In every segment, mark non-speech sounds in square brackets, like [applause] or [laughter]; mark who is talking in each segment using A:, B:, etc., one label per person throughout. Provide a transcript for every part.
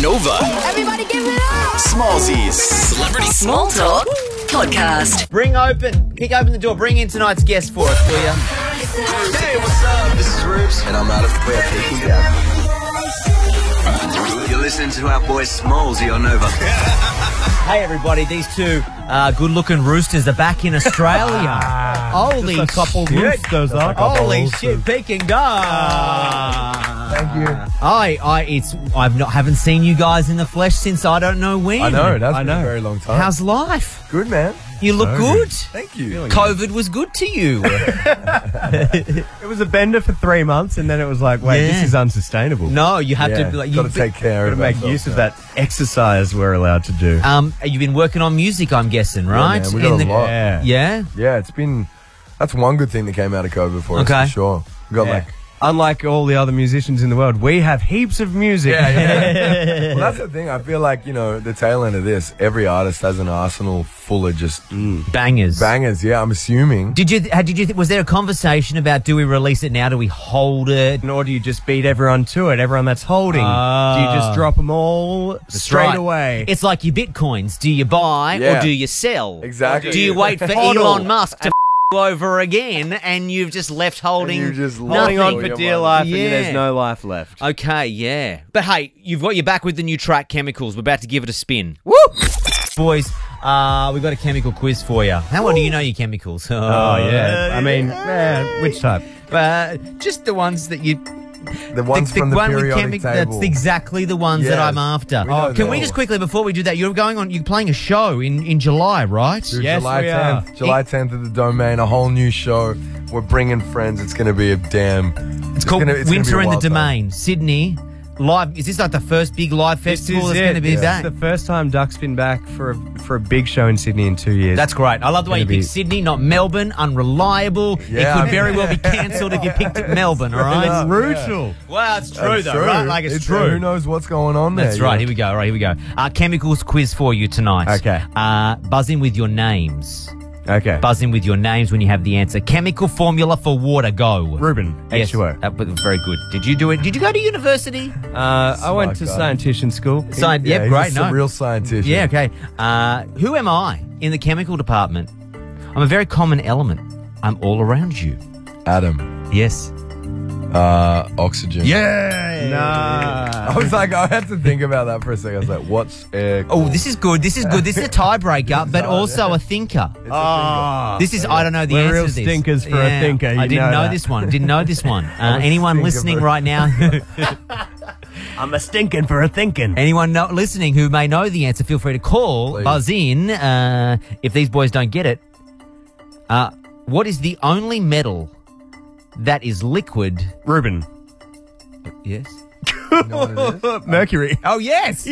A: Nova.
B: Everybody give it up!
A: Smallsies.
C: Celebrity Small Talk Podcast.
D: Bring open, kick open the door, bring in tonight's guest for us, will you?
A: Hey, what's up? This is Roops, and I'm out of prep. Keep it up. You're listening to our boy Smallsy on Nova.
D: Hey everybody, these two uh, good-looking roosters are back in Australia.
E: [laughs]
D: Holy
E: Ah, a couple
D: shit.
E: roosters, huh?
D: Holy
E: Couple
D: shit, Peking dog.
E: Thank you.
D: I, I, it's I've not haven't seen you guys in the flesh since I don't know when.
E: I know, that's
D: I
E: been
D: know.
E: a very long time.
D: How's life?
E: good, man?
D: You look good.
E: Thank you.
D: COVID was good
E: [laughs]
D: to you.
E: It was a bender for three months, and then it was like, wait,
D: Yeah.
E: this is unsustainable.
D: no, you have
E: yeah,
D: to. Like,
E: got to
D: you've
E: take care
D: gotta
E: of
D: make
E: make use of that exercise we're allowed to do.
D: been- Um, you've been working on music, I'm guessing, right?
E: man, we got
D: In
E: a lot.
D: Yeah.
E: Yeah. Yeah, it's been. That's one good thing that came out of COVID for
D: Okay.
E: us, for sure. We got
D: Yeah.
E: Uh, like.
F: Unlike all the other musicians in the world, we have heaps of music.
E: Yeah, yeah.
D: [laughs]
E: well, that's the thing. I feel like, you know, the tail end of this, every artist has an arsenal full of just
D: Mm. bangers.
E: bangers. Yeah, I'm assuming.
D: Did you? Had, did you? Was there a conversation about do we release it now? Do we hold it?
F: [laughs] Nor do you just beat everyone to it, everyone that's holding. do you
D: Ah.
F: just drop them all straight
D: right.
F: away?
D: It's like your bitcoins. Do you buy or
E: Yeah.
D: do you sell?
E: Exactly.
D: Do you wait for
E: Hodl.
D: Elon Musk to [laughs] f- over again, and you've just left holding?
E: And you're just
D: nothing
E: holding on for dear
D: life, and there's Yeah. Uh, no
F: life left.
D: Okay, yeah. But hey, you've got your back with the new track Chemicals. We're about to give it a spin. Woo! Boys, uh, we've got a chemical quiz for you. How well do you know your chemicals? [laughs] Oh,
F: Oh, yeah. I mean, eh, which type?
D: Uh, just the ones that you
E: The ones
D: the, the
E: from the
D: one with
E: periodic
D: chemi-
E: table.
D: That's exactly the ones
E: Yes.
D: that I'm after. Oh,
E: We know
D: can we
E: them.
D: just quickly before we do that? You're going on. You're playing a show in in July, right?
E: Dude,
F: Yes,
E: July
F: we
E: 10th.
F: are.
E: July 10th at the Domain, a whole new show. We're bringing friends. It's going to be a damn.
D: It's called
E: gonna- it's gonna be
D: Winter
E: a
D: in the
E: wild time.
D: Domain, Sydney. Live. Is this like the first big live festival that's going to be
F: This is
D: that?
F: the first time Duck's been back for a, for a big show in Sydney in two years.
D: That's great. I love the way you
F: Gonna
D: picked
F: be-
D: Sydney, not Melbourne. Unreliable.
E: Yeah,
D: it could
E: I mean- [laughs]
D: very well be cancelled if you picked it Melbourne. All right.
E: Yeah.
F: brutal.
D: Well, it's true
E: That's uh,
D: though, right? Like it's, true.
E: Who knows what's going on there?
D: That's
E: you
D: right.
E: know?
D: Here we go. All right, here we go. Uh, chemicals quiz for you tonight.
F: Okay.
D: Uh, buzz in with your names.
F: Okay.
D: Buzz in with your names when you have the answer. Chemical formula for water. Go.
F: Ruben,
D: Yes,
F: H2O.
D: that was very good. Did you do it? Did you go to university?
F: Uh, I went to
E: guy.
F: scientician school.
D: Sci-
E: Yeah,
D: yep,
E: he's
D: great.
E: just
D: No.
E: a real scientist.
D: yeah. Okay. Uh, who am I in the chemical department? I'm a very common element. I'm all around you.
E: Adam.
D: Yes.
E: Uh, oxygen.
D: Yeah.
E: I was like, I had to think about that for a second. I was like, what's air?
D: Oh, this is good. This is good. This is a tiebreaker,
E: hard,
D: but also
E: yeah.
D: a thinker. Ah.
E: It's a
D: This is I don't know the
F: We're
D: answer
F: real
D: to this.
F: stinkers for a thinker,
D: I
F: you
D: didn't
F: know
D: know,
F: that.
D: this one. Didn't know this
F: [laughs]
D: one. Uh,
E: a
D: anyone
E: stinker
D: listening
E: for-
D: right now,
F: I'm a stinking for a thinking.
D: anyone no, listening who may know the answer, feel free to call,
E: Please.
D: buzz in. Uh, if these boys don't get it, uh, what is the only metal that is liquid?
F: Ruben.
D: Yes.
E: thing. You know what it is?
D: [laughs]
F: Mercury.
D: Oh yes.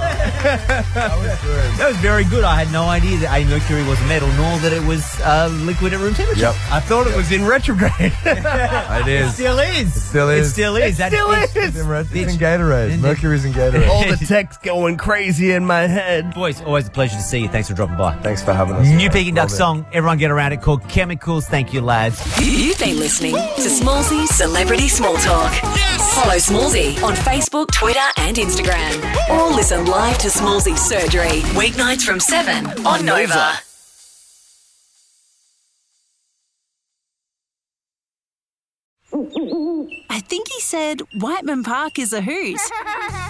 D: [laughs]
E: That was good.
D: That was very good. I had no idea that a mercury was metal, nor that it was uh, liquid at room temperature.
E: Yep.
F: I thought it was in retrograde.
E: It
D: [laughs]
E: is.
D: Still is. It
E: still
D: It
E: is.
D: still is. That-
F: still
D: it's-
F: is.
E: It's in, it's in
D: Bitch.
E: Gatorade. Mercury's in Gatorade.
F: All the text going crazy in my head.
D: Boys, always a pleasure to see you. Thanks for dropping by.
E: Thanks for having us.
D: New Peking Duck
E: Love it.
D: song. Everyone get around it called Chemicals. Thank you, lads.
C: You've been listening to Smallsy Celebrity Small Talk. Follow Smallsy on Facebook, Twitter, and Instagram. Or listen live to Smallsy Surgery, weeknights from 7 on Nova.
G: I think he said Whiteman Park is a hoot.